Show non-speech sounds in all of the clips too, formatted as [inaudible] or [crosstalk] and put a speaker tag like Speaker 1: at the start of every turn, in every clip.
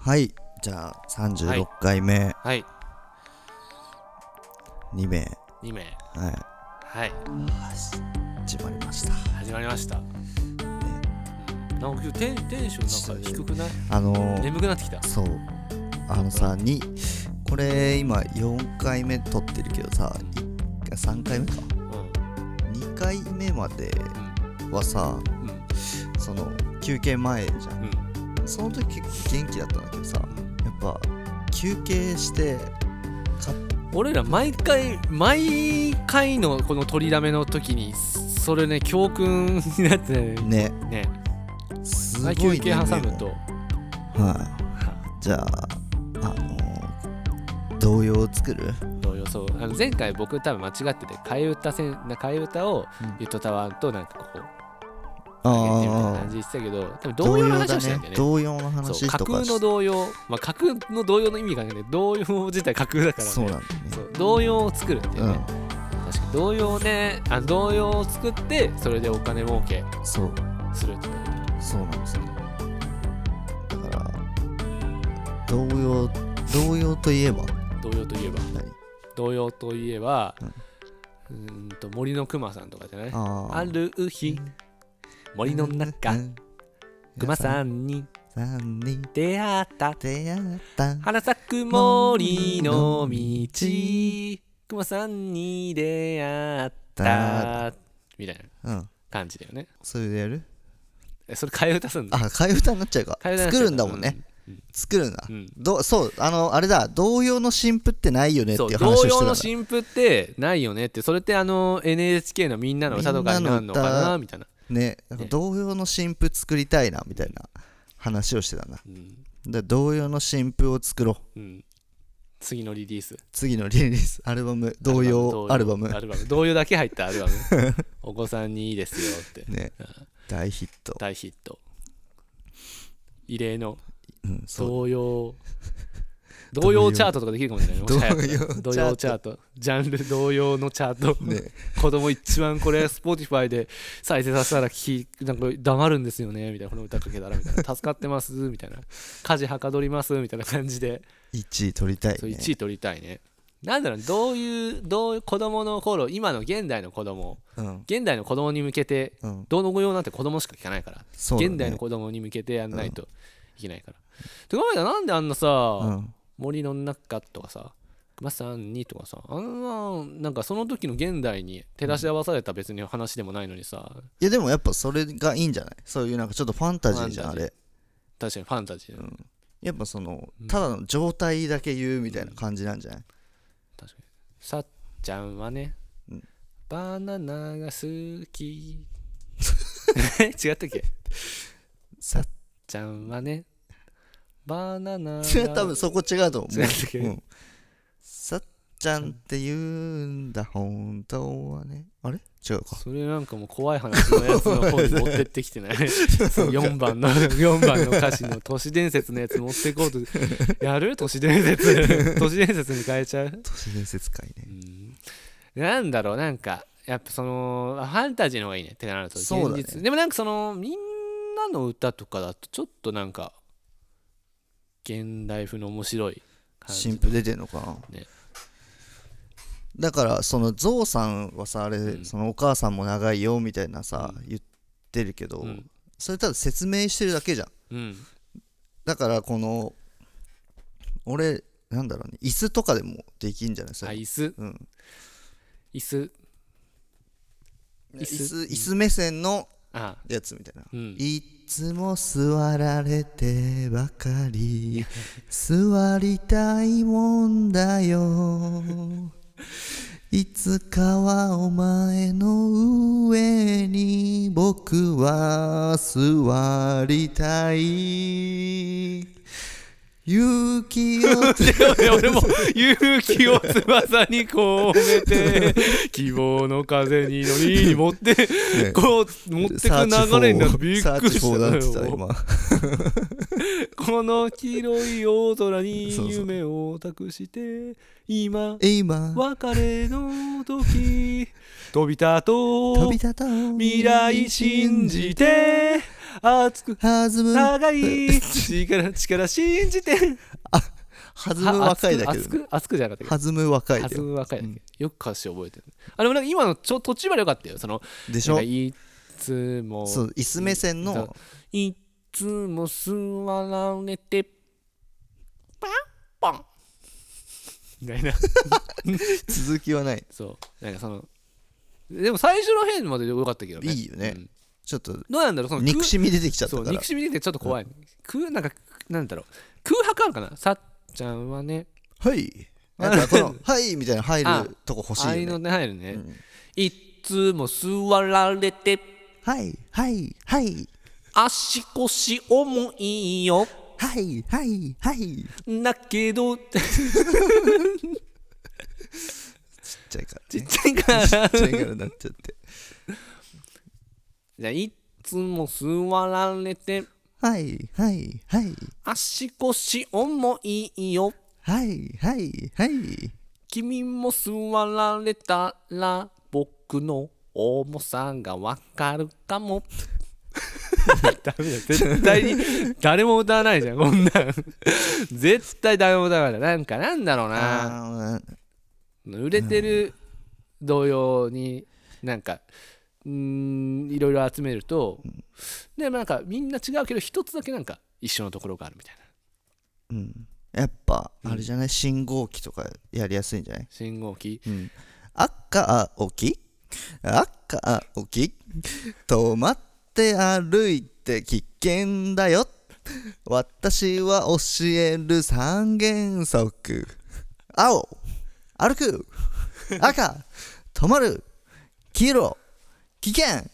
Speaker 1: はいじゃあ36回目
Speaker 2: はい
Speaker 1: 2名
Speaker 2: 2名
Speaker 1: はい
Speaker 2: はい
Speaker 1: 始まりました
Speaker 2: 始まりました、なんか今日テンテンションなんか低くない
Speaker 1: あのー、
Speaker 2: 眠くなってきた
Speaker 1: そうあのさにこれ今4回目撮ってるけどさ3回目か
Speaker 2: うんうん
Speaker 1: 2回目まではさ
Speaker 2: うん
Speaker 1: その休憩前じゃ
Speaker 2: うん
Speaker 1: んその時結構元気だったんだけどさやっぱ休憩して
Speaker 2: 俺ら毎回毎回のこの取りだめの時にそれね教訓になってね
Speaker 1: ね
Speaker 2: ね
Speaker 1: すご
Speaker 2: 毎
Speaker 1: い
Speaker 2: 回休憩
Speaker 1: 眠い
Speaker 2: 挟
Speaker 1: もん
Speaker 2: むと
Speaker 1: はいじゃああのー、動揺を作る
Speaker 2: 同様そうあの前回僕多分間違ってて替え歌せん替え歌を
Speaker 1: うん
Speaker 2: ゆとたわんとなんかこう上げてみたいな
Speaker 1: あ
Speaker 2: 感
Speaker 1: あ
Speaker 2: じにしてたけど多分同様の話をしてたんだよね
Speaker 1: 同様の
Speaker 2: そう
Speaker 1: 話
Speaker 2: 架
Speaker 1: と
Speaker 2: 空
Speaker 1: か
Speaker 2: の
Speaker 1: し
Speaker 2: 動揺、まあ、架空の動揺の意味がね動揺自体架空だから、ね、
Speaker 1: そうなんだよ
Speaker 2: そう動揺を作るっていう
Speaker 1: ね
Speaker 2: ね、確かに動揺ねあ動揺を作ってそれでお金儲け
Speaker 1: うんそう
Speaker 2: するっていう
Speaker 1: そうなんですよだから同様同様といえば
Speaker 2: 動揺といえば
Speaker 1: 何
Speaker 2: 動揺といえば
Speaker 1: うん
Speaker 2: うーんと森の熊さんとかじゃないあ
Speaker 1: ある
Speaker 2: る日森の中熊さんに
Speaker 1: さんに
Speaker 2: 出会った
Speaker 1: 出会った
Speaker 2: 花咲く森の道熊さんに出会ったみたい
Speaker 1: う
Speaker 2: な
Speaker 1: ん
Speaker 2: 感じだよね
Speaker 1: それでやる
Speaker 2: えそれ替え歌すんの
Speaker 1: あ替え歌になっちゃうか
Speaker 2: 替え歌になっちゃう
Speaker 1: 作るんだもんね作るんだ
Speaker 2: うんうん
Speaker 1: どうそうあのあれだ同様の新譜ってないよねって
Speaker 2: そ
Speaker 1: いうう話
Speaker 2: 同
Speaker 1: をして
Speaker 2: 様
Speaker 1: たん
Speaker 2: の
Speaker 1: だ
Speaker 2: 新譜ってないよねってそれってあの NHK の「みんなの歌」とかになるのか
Speaker 1: みんなの
Speaker 2: な
Speaker 1: 歌
Speaker 2: みたいな、
Speaker 1: ねなんか
Speaker 2: ね
Speaker 1: 同様の新譜作りたいなみたいな話をしてたんだ
Speaker 2: うん
Speaker 1: で同様の新譜を作ろう
Speaker 2: うん、次のリリース
Speaker 1: 次のリリースアルバム同様アルバム
Speaker 2: アルバム同様だけ入ったアルバム [laughs] お子さんにいいですよって
Speaker 1: ね大ヒット
Speaker 2: 大ヒット異例の
Speaker 1: うんそう
Speaker 2: 同様同様チャートとかできるかもしれない
Speaker 1: 同様
Speaker 2: もし流行ったら同様チャートジャンル同様のチャート、
Speaker 1: ね
Speaker 2: 子供一番これ Spotify で再生させたら聞きなんか黙るんですよねみたいなこの歌かけたらみたいな助かってますみたいな家事はかどりますみたいな感じで、
Speaker 1: 1位取りたい
Speaker 2: そう
Speaker 1: ね
Speaker 2: 1位取りたいねなんだろうどういうどういう子供の頃今の現代の子供
Speaker 1: うん
Speaker 2: 現代の子供に向けて
Speaker 1: うん
Speaker 2: どの用なんて子供しか聞かないから、
Speaker 1: そうだね
Speaker 2: 現代の子供に向けてやんないといけないから、てかお前らなんであんなさ、
Speaker 1: うん
Speaker 2: 森の中とかさ熊さんにとかさあんななんかその時の現代に照らし合わされた別に話でもないのにさ、
Speaker 1: いやでもやっぱそれがいいんじゃないそういうなんかちょっとファンタジーじゃんあ
Speaker 2: ファンタジー
Speaker 1: れ
Speaker 2: 確かにファンタジー、
Speaker 1: んやっぱそのただの状態だけ言うみたいな感じなんじゃない
Speaker 2: 確かにさっちゃんはね、
Speaker 1: うん
Speaker 2: バナナが好
Speaker 1: [laughs]
Speaker 2: きえ違ったっけ
Speaker 1: さっ
Speaker 2: ちゃんはねバナナが
Speaker 1: [laughs] 多分そこ違うと思う
Speaker 2: 違ったっけ
Speaker 1: うんさっちゃんって言うんだ本当はねあれ違うか
Speaker 2: それなんかもう怖い話のやつの方に持ってってきてない [laughs] 4番の4番の歌詞の都市伝説のやつ持ってこうとやる都市伝 [laughs] 説都市伝説に変えちゃう、
Speaker 1: 都市伝説会ね
Speaker 2: うん、なんだろうなんかやっぱそのファンタジーの方がいいねってなると現
Speaker 1: そうだね
Speaker 2: 実、でもなんかそのみんなの歌とかだとちょっとなんか現代風の面白い感
Speaker 1: 新
Speaker 2: じ
Speaker 1: 譜出てんのかな、
Speaker 2: ね
Speaker 1: だからそのゾウさんはさあれ、
Speaker 2: うん
Speaker 1: そのお母さんも長いよみたいなさ、言ってるけど、
Speaker 2: うん
Speaker 1: それただ説明してるだけじゃん
Speaker 2: うん
Speaker 1: だからこの俺なんだろうね椅子とかでもできんじゃないそ
Speaker 2: あ
Speaker 1: れ
Speaker 2: 椅子
Speaker 1: うん、
Speaker 2: 椅子
Speaker 1: 椅
Speaker 2: 椅子
Speaker 1: 子椅子目線の
Speaker 2: あ
Speaker 1: やつみたいな、
Speaker 2: うん
Speaker 1: いつも座られてばかり座りたいもんだ
Speaker 2: [laughs]
Speaker 1: よいつかはお前の上に僕は座りたい勇気を
Speaker 2: で俺も勇気を翼にこう埋めて希望の風に乗りに持ってこう持 [laughs] ってく流れになってびっ
Speaker 1: サー
Speaker 2: くり
Speaker 1: チフォー
Speaker 2: した
Speaker 1: だ
Speaker 2: の
Speaker 1: ってた
Speaker 2: よ
Speaker 1: 今
Speaker 2: この黄色い大空に
Speaker 1: そうそう
Speaker 2: 夢を託して今 [laughs]
Speaker 1: 今
Speaker 2: 別れの時飛び立と
Speaker 1: 飛
Speaker 2: う
Speaker 1: び立とう
Speaker 2: 未来信じて熱く
Speaker 1: 弾む
Speaker 2: 長い力力信じて
Speaker 1: 弾む若いだけ
Speaker 2: 熱
Speaker 1: どね
Speaker 2: く熱くじゃなかったっ
Speaker 1: 弾む若いだ
Speaker 2: け弾
Speaker 1: よ
Speaker 2: む若いだけ、
Speaker 1: うん
Speaker 2: よく歌詞覚えてるあでもなんか今のちょ途中までよかったよその
Speaker 1: でし
Speaker 2: なん
Speaker 1: ょ
Speaker 2: かいつも
Speaker 1: そう椅子目線の
Speaker 2: いつも座られてパンパンみた
Speaker 1: [laughs]
Speaker 2: いな
Speaker 1: 続きはない
Speaker 2: そうなんかそのでも最初の辺までよかったけどね
Speaker 1: いいよね
Speaker 2: うん
Speaker 1: ちょっと
Speaker 2: どうなんだろうその
Speaker 1: 憎しみ出てきちゃった
Speaker 2: そう
Speaker 1: から
Speaker 2: 憎しみ出てちょっと怖い、空なんかなんだろう空白あるかなさっちゃんはね
Speaker 1: はいなんかこの「はい」みたいな入
Speaker 2: あ
Speaker 1: るとこ欲しい
Speaker 2: 愛
Speaker 1: よ
Speaker 2: の
Speaker 1: ね
Speaker 2: ね入るね、
Speaker 1: うん
Speaker 2: いつも座られて
Speaker 1: はいはいはい
Speaker 2: 足腰重いよ
Speaker 1: はいはいはいちっ
Speaker 2: だけどちっ
Speaker 1: ちゃいからねちっ
Speaker 2: ちゃいから
Speaker 1: ちゃいからなっちゃって
Speaker 2: じゃあいつも座られて
Speaker 1: はいはいはい
Speaker 2: 足腰重いよ
Speaker 1: はいはいはい
Speaker 2: 君も座られたら僕の重さがわかるかも [laughs] ダメだよ絶対に誰も歌わないじゃんこんなん絶対誰も歌わないなんかなんだろうな
Speaker 1: あー
Speaker 2: 売れてる童謡になんかうーんいろいろ集めるとでもなんかみんな違うけど一つだけなんか一緒のところがあるみたいな
Speaker 1: うんやっぱあれじゃない信号機とかやりやすいんじゃない
Speaker 2: 信号機
Speaker 1: うん赤起き赤起き止まって歩いて危険だよ私は教える三原則青歩く赤止まる黄色危険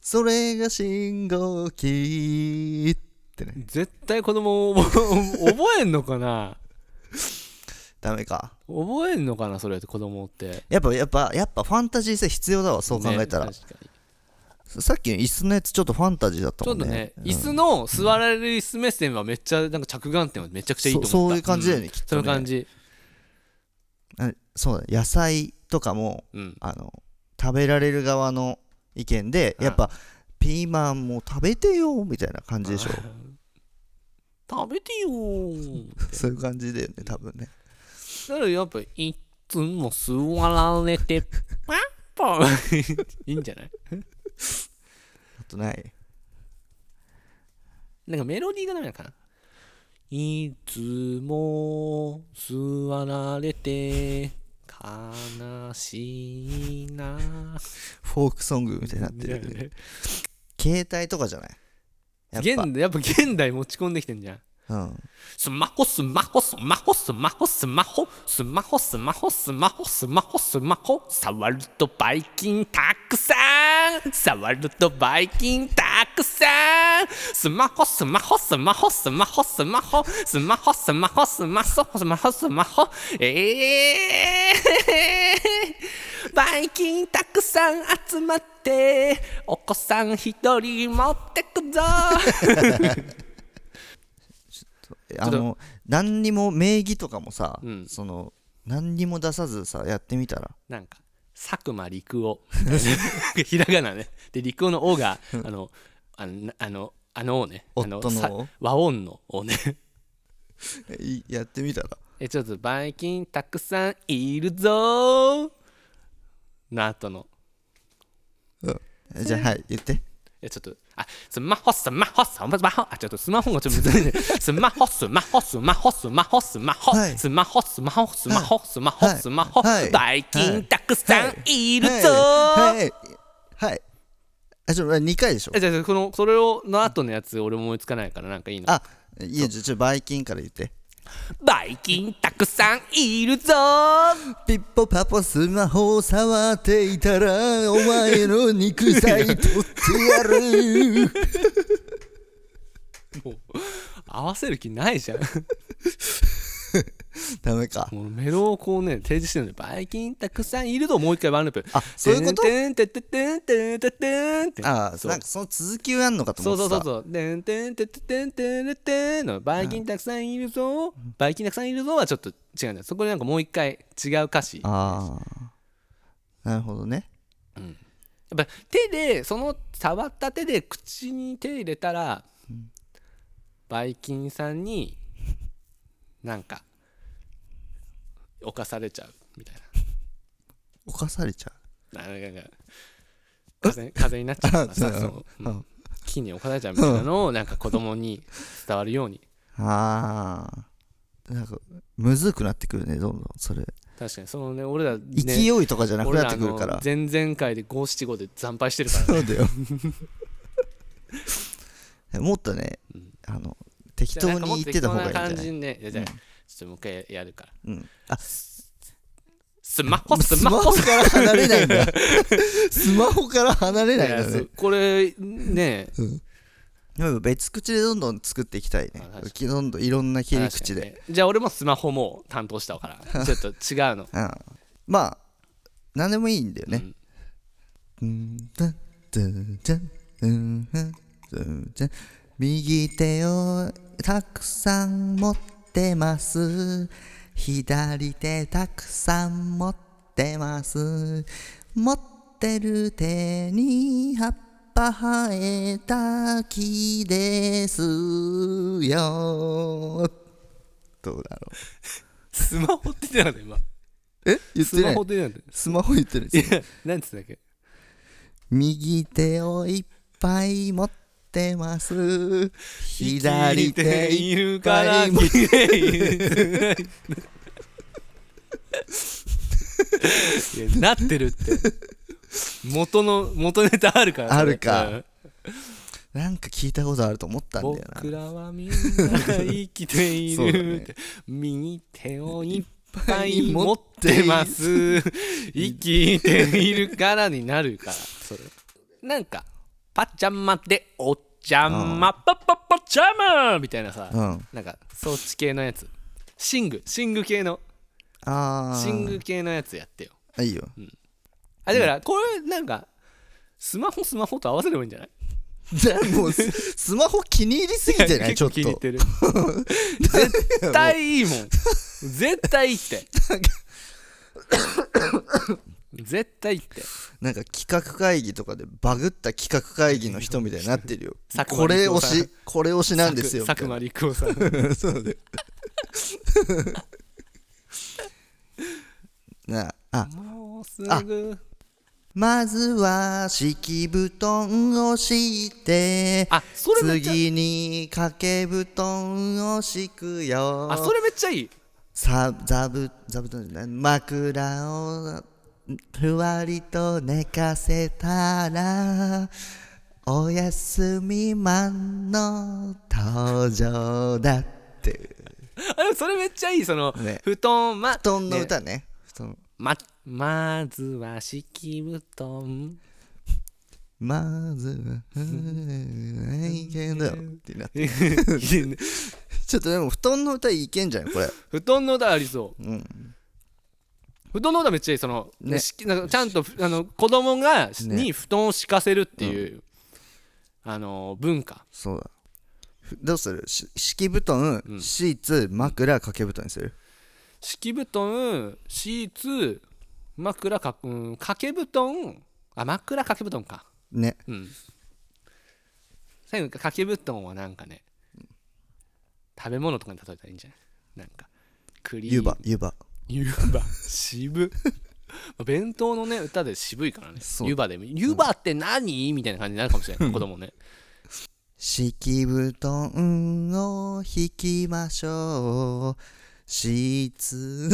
Speaker 1: それが信号機ってね
Speaker 2: 絶対子供覚え覚えんのか
Speaker 1: [laughs]
Speaker 2: な
Speaker 1: ダメか
Speaker 2: 覚えんのかなそれって子供って
Speaker 1: やっぱやっぱやっぱファンタジー性必要だわそう考えたら、
Speaker 2: ね確かに
Speaker 1: さっきの椅子のやつちょっとファンタジーだった
Speaker 2: ちょ
Speaker 1: も
Speaker 2: っ
Speaker 1: ん
Speaker 2: と
Speaker 1: ね
Speaker 2: ね、
Speaker 1: うん
Speaker 2: 椅子の座られる椅子目線はめっちゃなんか着眼点はめちゃくちゃいいと思った
Speaker 1: そうそういう感じだよね
Speaker 2: ん
Speaker 1: きっと
Speaker 2: そう
Speaker 1: ね
Speaker 2: いう感じ
Speaker 1: あそうだ野菜とかも
Speaker 2: うん
Speaker 1: あの食べられる側の意見で
Speaker 2: うん
Speaker 1: やっぱピーマンも食べてよみたいな感じでしょ
Speaker 2: 食べてよー
Speaker 1: そういう感じだよね多分ね
Speaker 2: だからやっぱいつも座られてパンパン [laughs] いいんじゃない
Speaker 1: あとない
Speaker 2: なんかメロディーがダメなのかないつも座られて悲しいな
Speaker 1: フォークソングみたいになってるよね携帯とかじゃないやっ
Speaker 2: 現
Speaker 1: ぱ
Speaker 2: やっぱ現代持ち込んできてんじゃん
Speaker 1: うん
Speaker 2: スマホスマホスマホスマホスマホスマホスマホスマホスマホスマホ触るとバイ菌たくさん触るとバイ菌たくさんスマホスマホスマホスマホスマホスマホスマホスマホスマホスマホえーバイ菌たくさん集まってお子さん一人持ってくぞ
Speaker 1: あの何にも名義とかもさ、
Speaker 2: うん
Speaker 1: その何にも出さずさやってみた
Speaker 2: [laughs]
Speaker 1: ら
Speaker 2: なんか佐久間陸夫 [laughs] ひらがなねで陸夫の「お」があのあのあのあの「お」ねあ
Speaker 1: 夫の
Speaker 2: さ和音の「お」ね [laughs]
Speaker 1: いやってみたら
Speaker 2: えちょっと「ばい菌たくさんいるぞー」の後の
Speaker 1: うんじゃあはい言って
Speaker 2: えちょっとあスマホスマホスマホあちょっとスマホがちょっと難しい
Speaker 1: [laughs]
Speaker 2: ねスマホスマホスマホスマホスマホ
Speaker 1: はい
Speaker 2: スマホスマホスマホスマホ
Speaker 1: はい
Speaker 2: スマホ
Speaker 1: はい
Speaker 2: ばい菌たくさんいるぞー
Speaker 1: はいはいはいあちょっと2回でしょ
Speaker 2: えじゃあじゃあこのそれをの後のやつ俺思いつかないからなんかいいの
Speaker 1: あいやちょちょバイキンから言って
Speaker 2: バイキンたくさんいるぞ
Speaker 1: ピッポパポスマホを触っていたらお前の肉剤取ってやる
Speaker 2: [laughs] 合わせる気ないじゃん
Speaker 1: ダメか
Speaker 2: もうメロをこうね提示してるのにバイキンたくさんいるぞもう一回ワンループ
Speaker 1: あそういうこと
Speaker 2: てんてんてんてんてんてんてんてん
Speaker 1: あ
Speaker 2: そう
Speaker 1: なんかその続きをやんのかと
Speaker 2: そ
Speaker 1: 思
Speaker 2: う
Speaker 1: って
Speaker 2: そう
Speaker 1: た
Speaker 2: そうそうてんてんてんてんてんてんてんのバイキンたくさんいるぞバイキンたくさんいるぞはちょっと違うんだよそこでなんかもう一回違う歌詞
Speaker 1: ああなるほどね、
Speaker 2: うんやっぱ手でその触った手で口に手入れたら、ばい菌さんになんか侵されちゃうみたい
Speaker 1: 犯されちゃ
Speaker 2: ななんかなんか風風になっちゃうからさその
Speaker 1: う、うん、
Speaker 2: 木に侵されちゃうみたいなのをなんか子供に伝わるように
Speaker 1: あーなんかむずくなってくるねどんどんそれ
Speaker 2: 確かにそのね俺ら
Speaker 1: 勢
Speaker 2: ね
Speaker 1: いとかじゃなく
Speaker 2: 俺
Speaker 1: なって
Speaker 2: らあ
Speaker 1: くる
Speaker 2: の
Speaker 1: から
Speaker 2: 前々回で五七五で惨敗してるから
Speaker 1: そうだ
Speaker 2: [laughs]
Speaker 1: よもっとね、あの [laughs] 適当に言ってた方がいいんじゃ
Speaker 2: なんかもっと適当な感
Speaker 1: な
Speaker 2: じ
Speaker 1: い
Speaker 2: にねいやじゃあちょっともう一回やるから
Speaker 1: うん、あ
Speaker 2: スマホス
Speaker 1: ス
Speaker 2: マ
Speaker 1: マ
Speaker 2: ホ
Speaker 1: ホから離れないん
Speaker 2: [laughs]
Speaker 1: だスマホから離れないんだ
Speaker 2: いや
Speaker 1: ね
Speaker 2: そうこれね
Speaker 1: でも別口でどんどん作っていきたいね
Speaker 2: あ確かに
Speaker 1: どんどんいろんな切り口
Speaker 2: 確
Speaker 1: で、
Speaker 2: かにねじゃあ俺もスマホも担当し
Speaker 1: [laughs]
Speaker 2: たからちょっと違うの
Speaker 1: うん、まあ何でもいいんだよねうんたんたんたんうんたんたんたん右手をたくさん持ってます左手たくさん持ってます持ってる手に葉っぱ生えた木ですよどうだろ
Speaker 2: スマホって出たの今
Speaker 1: うえ言っ
Speaker 2: ス
Speaker 1: て
Speaker 2: マ
Speaker 1: ない
Speaker 2: ホって出たの
Speaker 1: スマホ言ってる
Speaker 2: いやなんつうんだっけ
Speaker 1: 右手をいっぱい持ってます左手い
Speaker 2: いる
Speaker 1: か
Speaker 2: からら
Speaker 1: [laughs]
Speaker 2: なってるって元の元ネタあるからそれ
Speaker 1: あるかなんか聞いたことあると思ったんだよな
Speaker 2: 僕らはみんな生きてい
Speaker 1: そうだ
Speaker 2: る、 [laughs]
Speaker 1: ね
Speaker 2: 右手をいっぱい持ってます [laughs] 生きているからになるからそれなんかパチャマでおっちゃんまパパパチャマみたいなさ、
Speaker 1: うん
Speaker 2: なんか装置系のやつシングシング系の
Speaker 1: あ
Speaker 2: シン
Speaker 1: ー
Speaker 2: グ系のやつやってよ
Speaker 1: あいいよ
Speaker 2: あだからこれなんかスマホスマホと合わせればいいんじゃない
Speaker 1: で
Speaker 2: [laughs]
Speaker 1: もうススマホ気に入りすぎてないち
Speaker 2: 結
Speaker 1: ょ
Speaker 2: 構
Speaker 1: っと
Speaker 2: 気に入ってる絶対いいもん絶対いいって絶対いいって
Speaker 1: なんか企画会議とかでバグった企画会議の人みたいになってるよ
Speaker 2: 佐久
Speaker 1: こ
Speaker 2: 間
Speaker 1: れ
Speaker 2: 陸夫
Speaker 1: 推
Speaker 2: さん
Speaker 1: しこれ推しなんですよ
Speaker 2: 佐久間
Speaker 1: み
Speaker 2: 陸夫さん
Speaker 1: たいなそうだよなああ
Speaker 2: もうすぐ
Speaker 1: まずは敷布団を敷いて
Speaker 2: あそれめっちゃ
Speaker 1: 次に掛け布団を敷くよ
Speaker 2: あそれめっちゃいい
Speaker 1: さ座布座布団じゃない枕をふわりと寝かせたらおやすみマンの登場だって
Speaker 2: あでもそれめっちゃいいその、
Speaker 1: ね
Speaker 2: 布団ま
Speaker 1: 布団の
Speaker 2: ね
Speaker 1: 歌ね布団
Speaker 2: ままずは敷布団
Speaker 1: まずはうんいけんだよってなってちょっとでも布団の歌いけんじゃんこれ
Speaker 2: 布団の歌ありそう、
Speaker 1: うん
Speaker 2: 布団の歌めっちゃいいその、
Speaker 1: ね
Speaker 2: しなんかちゃんとあの子供が、
Speaker 1: ね
Speaker 2: に布団を敷かせるっていう、あの文化
Speaker 1: そうだふどうするし敷布団、
Speaker 2: うん
Speaker 1: シーツ枕掛け布団にする
Speaker 2: 敷布団シーツ枕か、うん、掛け布団あ枕掛け布団か
Speaker 1: ね
Speaker 2: うん最後に掛け布団はなんかね、食べ物とかに例えたらいいんじゃないなんかクリーム
Speaker 1: 湯葉湯葉
Speaker 2: 湯葉渋まあ弁当のね歌で渋いからね
Speaker 1: そう
Speaker 2: 湯葉でも湯葉って何みたいな感じになるかもしれない子供ね
Speaker 1: 敷布団を引きましょうシーツ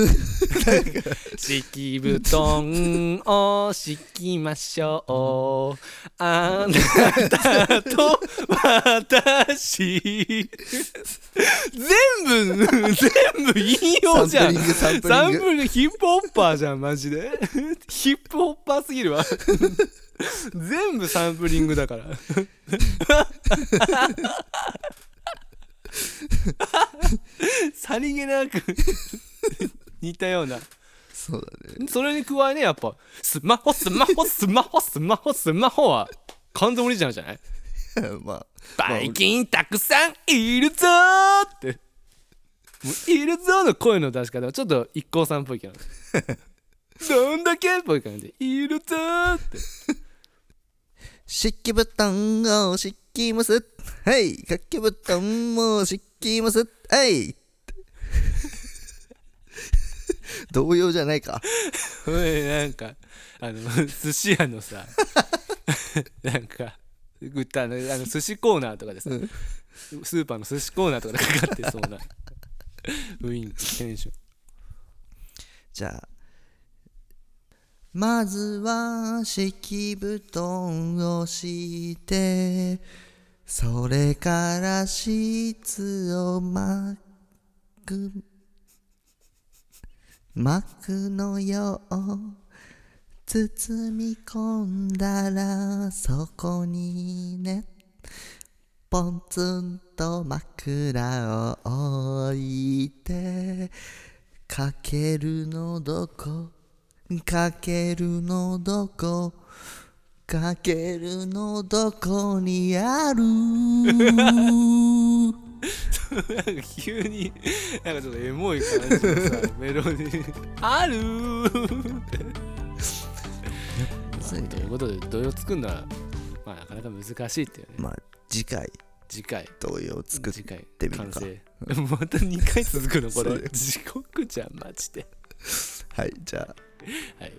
Speaker 2: 敷布団を敷きましょうあなたと私全部全部引用じゃん
Speaker 1: サンプリングサンプリング
Speaker 2: サンプリングヒップホッパーじゃんマ
Speaker 1: [laughs]
Speaker 2: ジでヒップホッパーすぎるわ全部サンプリングだからさりげなく似たような
Speaker 1: そうだね
Speaker 2: それに加えねやっぱスマホスマホスマホスマホスマホは完全オリジナルじゃない
Speaker 1: [laughs] まあ
Speaker 2: バイキンたくさんいるぞーってもういるぞーの声の出し方はちょっと一光さんっぽいけどどんだけっぽい感じでいるぞーって
Speaker 1: 敷き布団を敷きます。はい。掛け布団も敷きます。はい。 [laughs] 同様じゃないか。
Speaker 2: これなんかあの寿司屋のさ [laughs] なんかグッあのあの寿司コーナーとかでさ、
Speaker 1: うん
Speaker 2: スーパーの寿司コーナーとかでかかってそうなウインクテンション
Speaker 1: じゃあ。まずは敷き布団を敷いて、それからシーツを巻く、巻くのよ。包み込んだらそこにね、ポンツンと枕を置いて、かけるのどこかけるのどこかけるのどこにある [laughs]
Speaker 2: なんか急になんかちょっとエモい感じのさメロディー「あるー」って
Speaker 1: そうね
Speaker 2: ということで土曜作るのはまあなかなか難しいっていうね
Speaker 1: まあ次回
Speaker 2: 次回
Speaker 1: 同様作っ
Speaker 2: 次回
Speaker 1: てみる
Speaker 2: 完
Speaker 1: か
Speaker 2: 成また2回続くのこ
Speaker 1: そうだ
Speaker 2: れ
Speaker 1: よ
Speaker 2: 地獄じゃんマジで
Speaker 1: はいじゃあ
Speaker 2: はい